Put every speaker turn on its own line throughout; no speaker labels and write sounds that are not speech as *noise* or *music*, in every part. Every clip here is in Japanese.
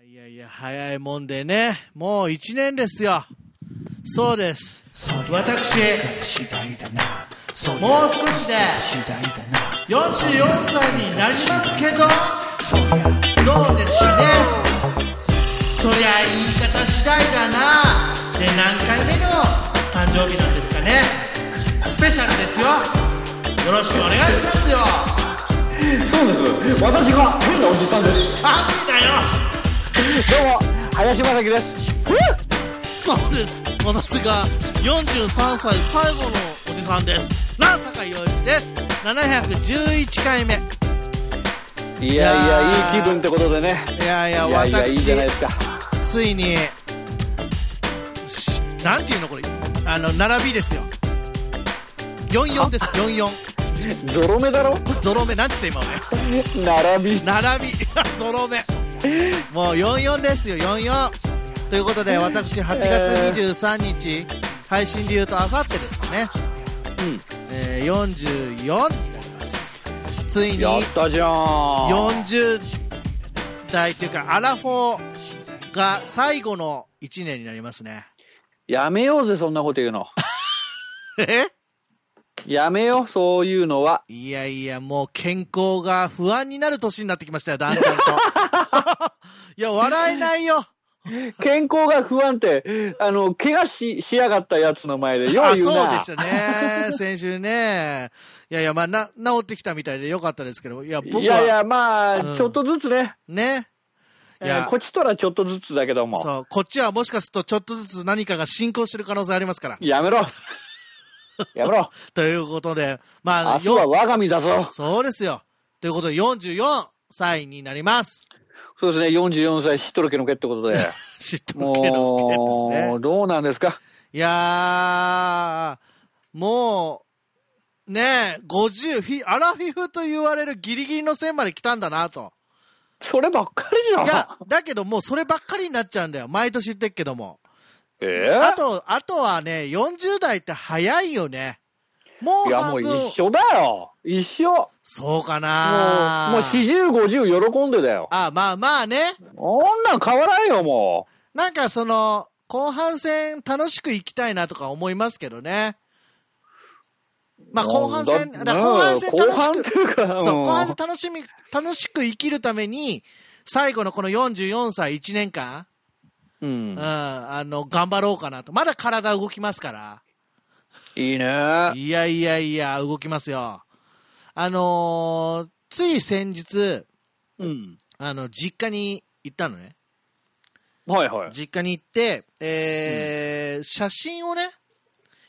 いや、早いもんでね、もう一年ですよ。そうです。私、
次第だなそりゃ
もう少しで
次第だな
44歳になりますけど、
そりゃ
どうでしょうね。そりゃ言い方次第だな。で、何回目の誕生日なんですかね。スペシャルですよ。よろしくお願いしますよ。
そうです。私が変なおじさんです。
ハッピーだよ。
どうも、林正樹です。
そうです私が43歳最後のおじさんですなあ坂井陽一です711回目い
いやい
いやー
や、いい気分ってことでね。
やいや
いやいや、いい
私
じゃないですか。
ついにしなんていうのこれあの並びですよ44です44
ゾロ目だろ
ゾロ目なんつって今俺
並び。
並び *laughs* ゾロ目もう44ですよ44ということで私8月23日、配信で言うとあさってですかね
うん。
えー44になりますついに
やったじゃん。
40代というかアラフォーが最後の1年になります
*laughs*
ね
やめようぜ、そんなこと言うの。
え
やめよう、そういうのは。
いやいやもう健康が不安になる年になってきましたよだんだんと
*laughs*
いや笑えないよ
健康が不安定。あの、怪我し、しやがったやつの前で、よ
あ
う言うな。
そうでした
*laughs*
ね先週ねいやいやまあな治ってきたみたいでよかったですけどいや僕はい
やいや、まあ、
うん
ちょっとずつね。
ねい
え
や
ーこっちとらちょっとずつだけども。
そうこっちはもしかするとちょっとずつ何かが進行してる可能性ありますから
やめろ。やめろ。
ということで、ま
明
あ、
日は
よ、
我が身だぞ。
そうですよ。ということで、44歳になります。 *laughs*
そうですね、44歳、知っとるけのけってことで。
知っとるけど、です
も
ね
う、。どうなんですか
いやー、もう、ねえ、50、フィアラフィフと言われるギリギリの線まで来たんだなと。
そればっかり
い
じゃん
や。、だけどもうそればっかりになっちゃうんだよ。毎年言ってっけども。
ええ
あと、あとはね、40代って早いよね。もう
いや、
半
もう
分。
一緒だよ。一緒。も
そうか
う、
な
もう40、50喜んでだよ。
あ、まあまあね。
こんなん変わらんよ、も
なんかその、後半戦楽しく行きたいなとか思いますけどね。
う。
まあ後半戦、
だ
だから後半戦
後
楽
半
し
って
く、
いうか、
そう、
ん
後半戦楽しみ、楽しく生きるために、最後のこの44歳1年間、
う
うんん、。あの、頑張ろうかなと。まだ体動きますから。
いいね。
いやいやいや、動きますよ。あのーつい先日、
うん。
あの、実家に行ったのね。
はいはい。
実家に行って、えー写真をね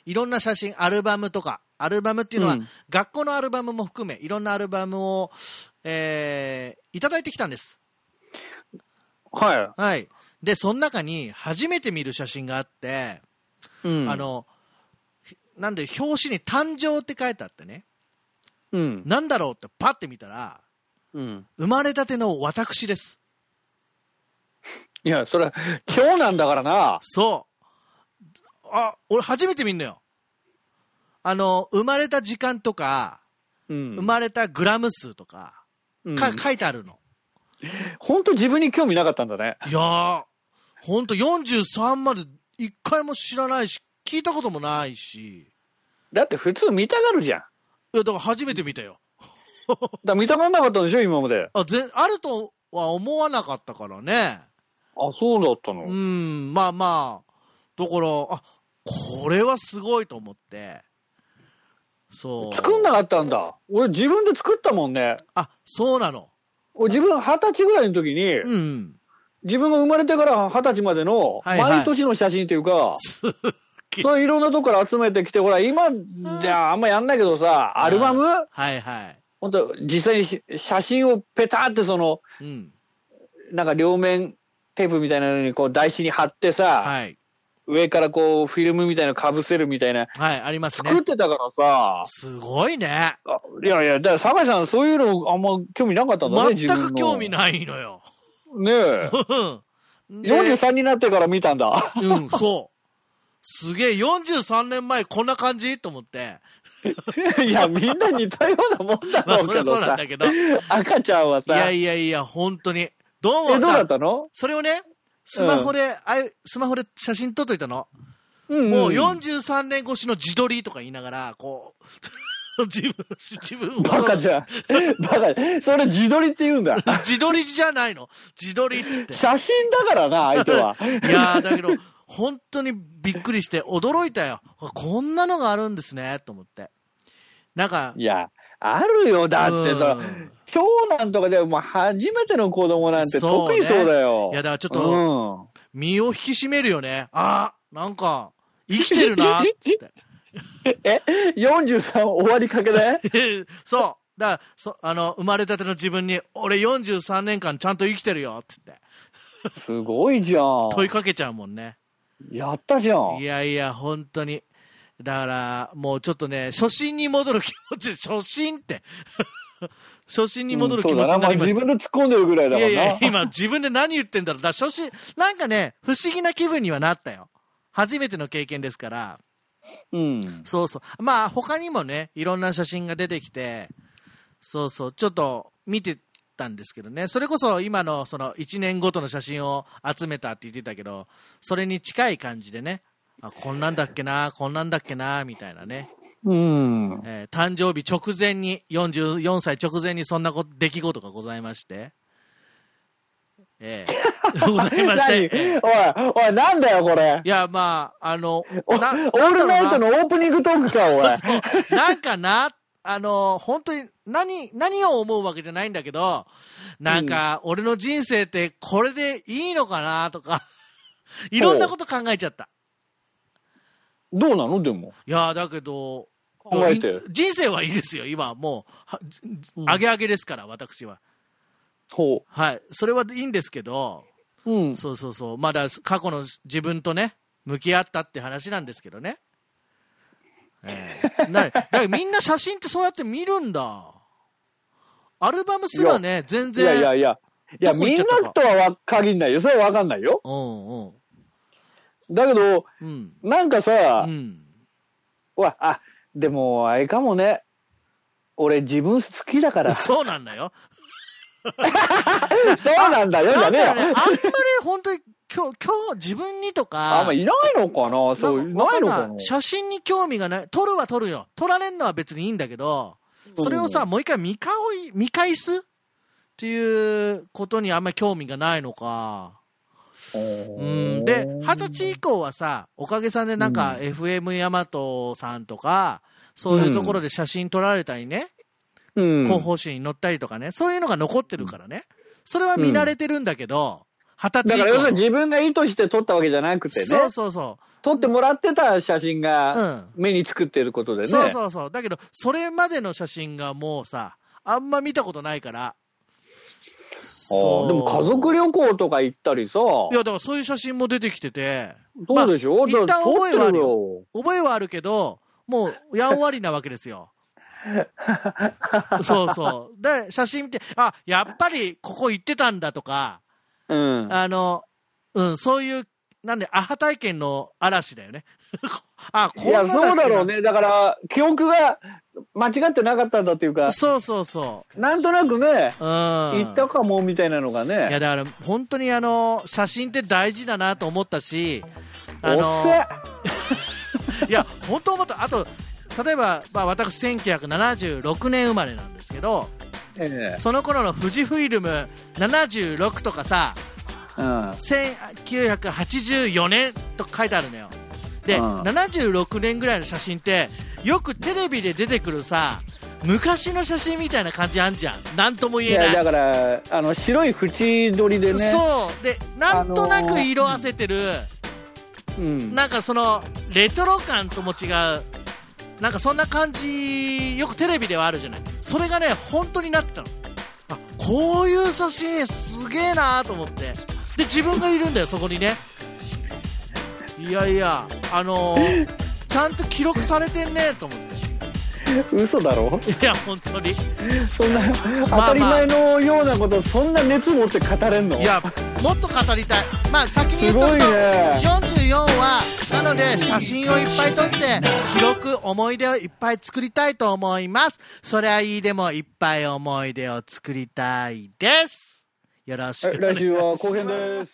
いろんな写真アルバムとかアルバムっていうのは、
うん
学校のアルバムも含めいろんなアルバムを、えーいただいてきたんです
は
はいでその中に初めて見る写真があって、
い。うん。
あ、のひなんで表紙に「誕生」って書いてあってね
うん。
なんだろうってパッて見たら
うん。
生まれたての私です
いや、それ、長男だからな。
そうあ俺初めて見んのよあの生まれた時間とか
うん
生まれたグラム数とか
うん
か、書いてあるの。
本当自分に興味なかったんだね。
いやー、ほんと43まで一回も知らないし、聞いたこともないし、
だって普通見たがるじゃん。だか
いや、だから初めて見たよ。
ら見たがらなかったんでしょ、今まで。
あぜあるとは思わなかったからね。
あ、そうだったの。
うん、まあまあ、だから、あこれはすごいと思って。そう。
作んなかったんだ。俺自分で作ったもんね。
あ、そうなの。
俺自分二十歳ぐらいの時に、
うん。
自分が生まれてから二十歳までの、
はいはい
毎年の写真っていうか、
すげえ
そういろんなとこから集めてきて、ほら、今じゃあんまやんないけどさ、アルバム
はいはい。
本当実際にし写真をペタってその、
うん。
なんか両面テープみたいなのにこう台紙に貼ってさ、
はい。
上からこうフィルムみたいなの被せるみたいな、
はい、あります
作っ
ね。
てたからさ、
すごいね。
あいやいや、だから、酒井さん、そういうのあんま興味なかったんだね、
全く興味
い。
ないのよ。*laughs*
ねえ。
うん。で
43になってから見たんだ。 *laughs*
うん、そう。すげえ、43年前こんな感じと思って。
いや、みんな似たようなもんだ
まあ、
ろう
そり
け
ゃ
ど
そう
さ。
なんだけど。い
赤ちゃんはさ、
や
え、
いやいや、本当に。どう
ど
も
うだったの
それをね、スマホで、あいスマホで写真撮っといたの。
うんん
もう43年越しの自撮りとか言いながら、こう、 *laughs* 自分、自分を撮る
バカじゃ
*laughs*
ん。バカ。それ自撮りって言うんだ。
自撮りじゃないの。自撮りっつって。
写真だからな、相
*laughs*
手は。
いやー、だけど、本当にびっくりして、驚いたよ。こんなのがあるんですね、と思って。なんか、
いや、あるよ。だってさ
うん、
長男とかでもう初めての子供なんて
そう
特
ね
にそうだよ。
いや、だからちょっと、
と、
身を引き締めるよね。あー、なんか、生きてるな、
*laughs*
っつって。
うん。43終わりか
*laughs*
けで
そう。だからそ、あの、生まれたての自分に、俺43年間ちゃんと生きてるよ、っつって。
すごいじゃん。
問いかけちゃうもんね。
やったじゃん
い。やいや、本当に。だから、もうちょっとね、初心に戻る気持ち、初心って。 *laughs* 初心に戻る気持ち
うんそ
に
うだな。ま
な
あ
りま
自
した。
分で突っ込んでるぐらいだも
いや
ん
いや
な、。
今自分で何言ってんだろう。だから初心、なんかね、不思議な気分にはなったよ。初めての経験ですから。
うん。
そうそう。まあ、他にもね、いろんな写真が出てきて、そうそう、ちょっと見てたんですけどね。それこそ今のその1年ごとの写真を集めたって言ってたけど、それに近い感じでね、あ、こんなんだっけな、こんなんだっけな、みたいなね。
うん。
えー誕生日直前に、44歳直前にそんなこと出来事がございまして。え
*laughs*
えございまし
何お
て
い。
ええ、
おい、なんだよ、これ
い。や、まあ、あの、
おオ
な
ールナイトのオープニングトークか、お
*laughs*
い。
そうなんかな、あの、本当に何、何を思うわけじゃないんだけど、なんか、俺の人生ってこれでいいのかなとか、いろんなこと考えちゃった。
どうなのでも。
いや、だけど、
考えて
い人生はいいですよ、今はもうは、あげあげですから、私は。
ほ
はい。それはいいんですけど、
う。うん。
そうそうそう。まだ過去の自分とね、向き合ったって話なんですけどね。ええなだからみんな写真ってそうやって見るんだ。アルバムすらね、全
い
然。
やいやいや。いや、
どこ行
みん
っちゃったか
なとはわ限んないよ。それはわかんないよ。
うんうん。
だけど、
うん。
なんかさ
う、ん。
うわ、あ、でも、あれかもね。俺、自分好きだから。そ
*laughs* そうなんだよ。
うなんだよ、じ
な
ゃ
ん
ねえ
だろうね。あ
よ
んまり本当に今日、今日自分にとか。
あんまいないのかなそう、い
ん
ないの
わ
か
ん
な
写真に興味がない。撮るは撮るよ。撮られるのは別にいいんだけど、それをさ、
う
もう一回見返り見返すっていうことにあんまり興味がないのか。うん。で、二十歳以降はさ、おかげさんでなんか、FM ヤマトさんとか、そういうところで写真撮られたりね、
うん
広報誌に載ったりとかね、そういうのが残ってるからね。それは見慣れてるんだけど、二十
だ
歳以
から、要するに
降。
自分が意図して撮ったわけじゃなくてね。
そうそうそ
撮ってもらってた写真
う。う
が
ん。
目につくってることでね。
そうそうそう。だけど、それまでの写真がもうさ、あんま見たことないから。
あーでも家族
い
旅行とか行ったりさ、そ
や、だからそういう写真も出てきてて、
うでしょ、
まあ一旦覚えはある
よ。
覚えはあるけど、もう、やんわりなわけです
*laughs*
よ。そうそう。で、写真見て、あ、やっぱりここ行ってたんだとか、
うん。
あの、うん、そういう、なんで、アハ体験の嵐だよね。 *laughs* あ、こ
い
んなだ
や、
っけな
そうだろう。ね。だから、記憶が間違ってなかったんだっていうか、
そうそうそ
なんとなくね、
う。うん。
行ったかもみたいなのが
いや
ね。
だから本当にあの写真って大事だなと思ったし、あ
お
の
っせ
いや本当思った。あと例えばまあ私1976年生まれなんですけど、
ええ
その頃の富士フイルム76とかさ、
うん。
1984年と書いてあるのよ。で、
うん
76年ぐらいの写真ってよくテレビで出てくるさ。昔の写真みたいな感じあんじゃん。なんとも
い
言えない。
や、だから、あの、白い縁取りでね。
そう。で、なんとなく色あせてる、
うん。
なんかそのレトロ感とも違うなんかそんな感じよくテレビではあるじゃないそれがね本当になってたのあこういう写真すげえなーと思ってで自分がいるんだよそこにねいやいやあのー、ちゃんと記録されてんねーと思っ
嘘だろ
ていや本当に
そんな、当
まあ
たり前のようなこと、そんな熱持って語れんの
いやもっと語りたいまあ先に言っとくと、
すごいね
44はなので写真をいっぱい撮って記録思い出をいっぱい作りたいと思いますそりゃいいでもいっぱい思い出を作りたいですよろしくお願い
来週は後編です。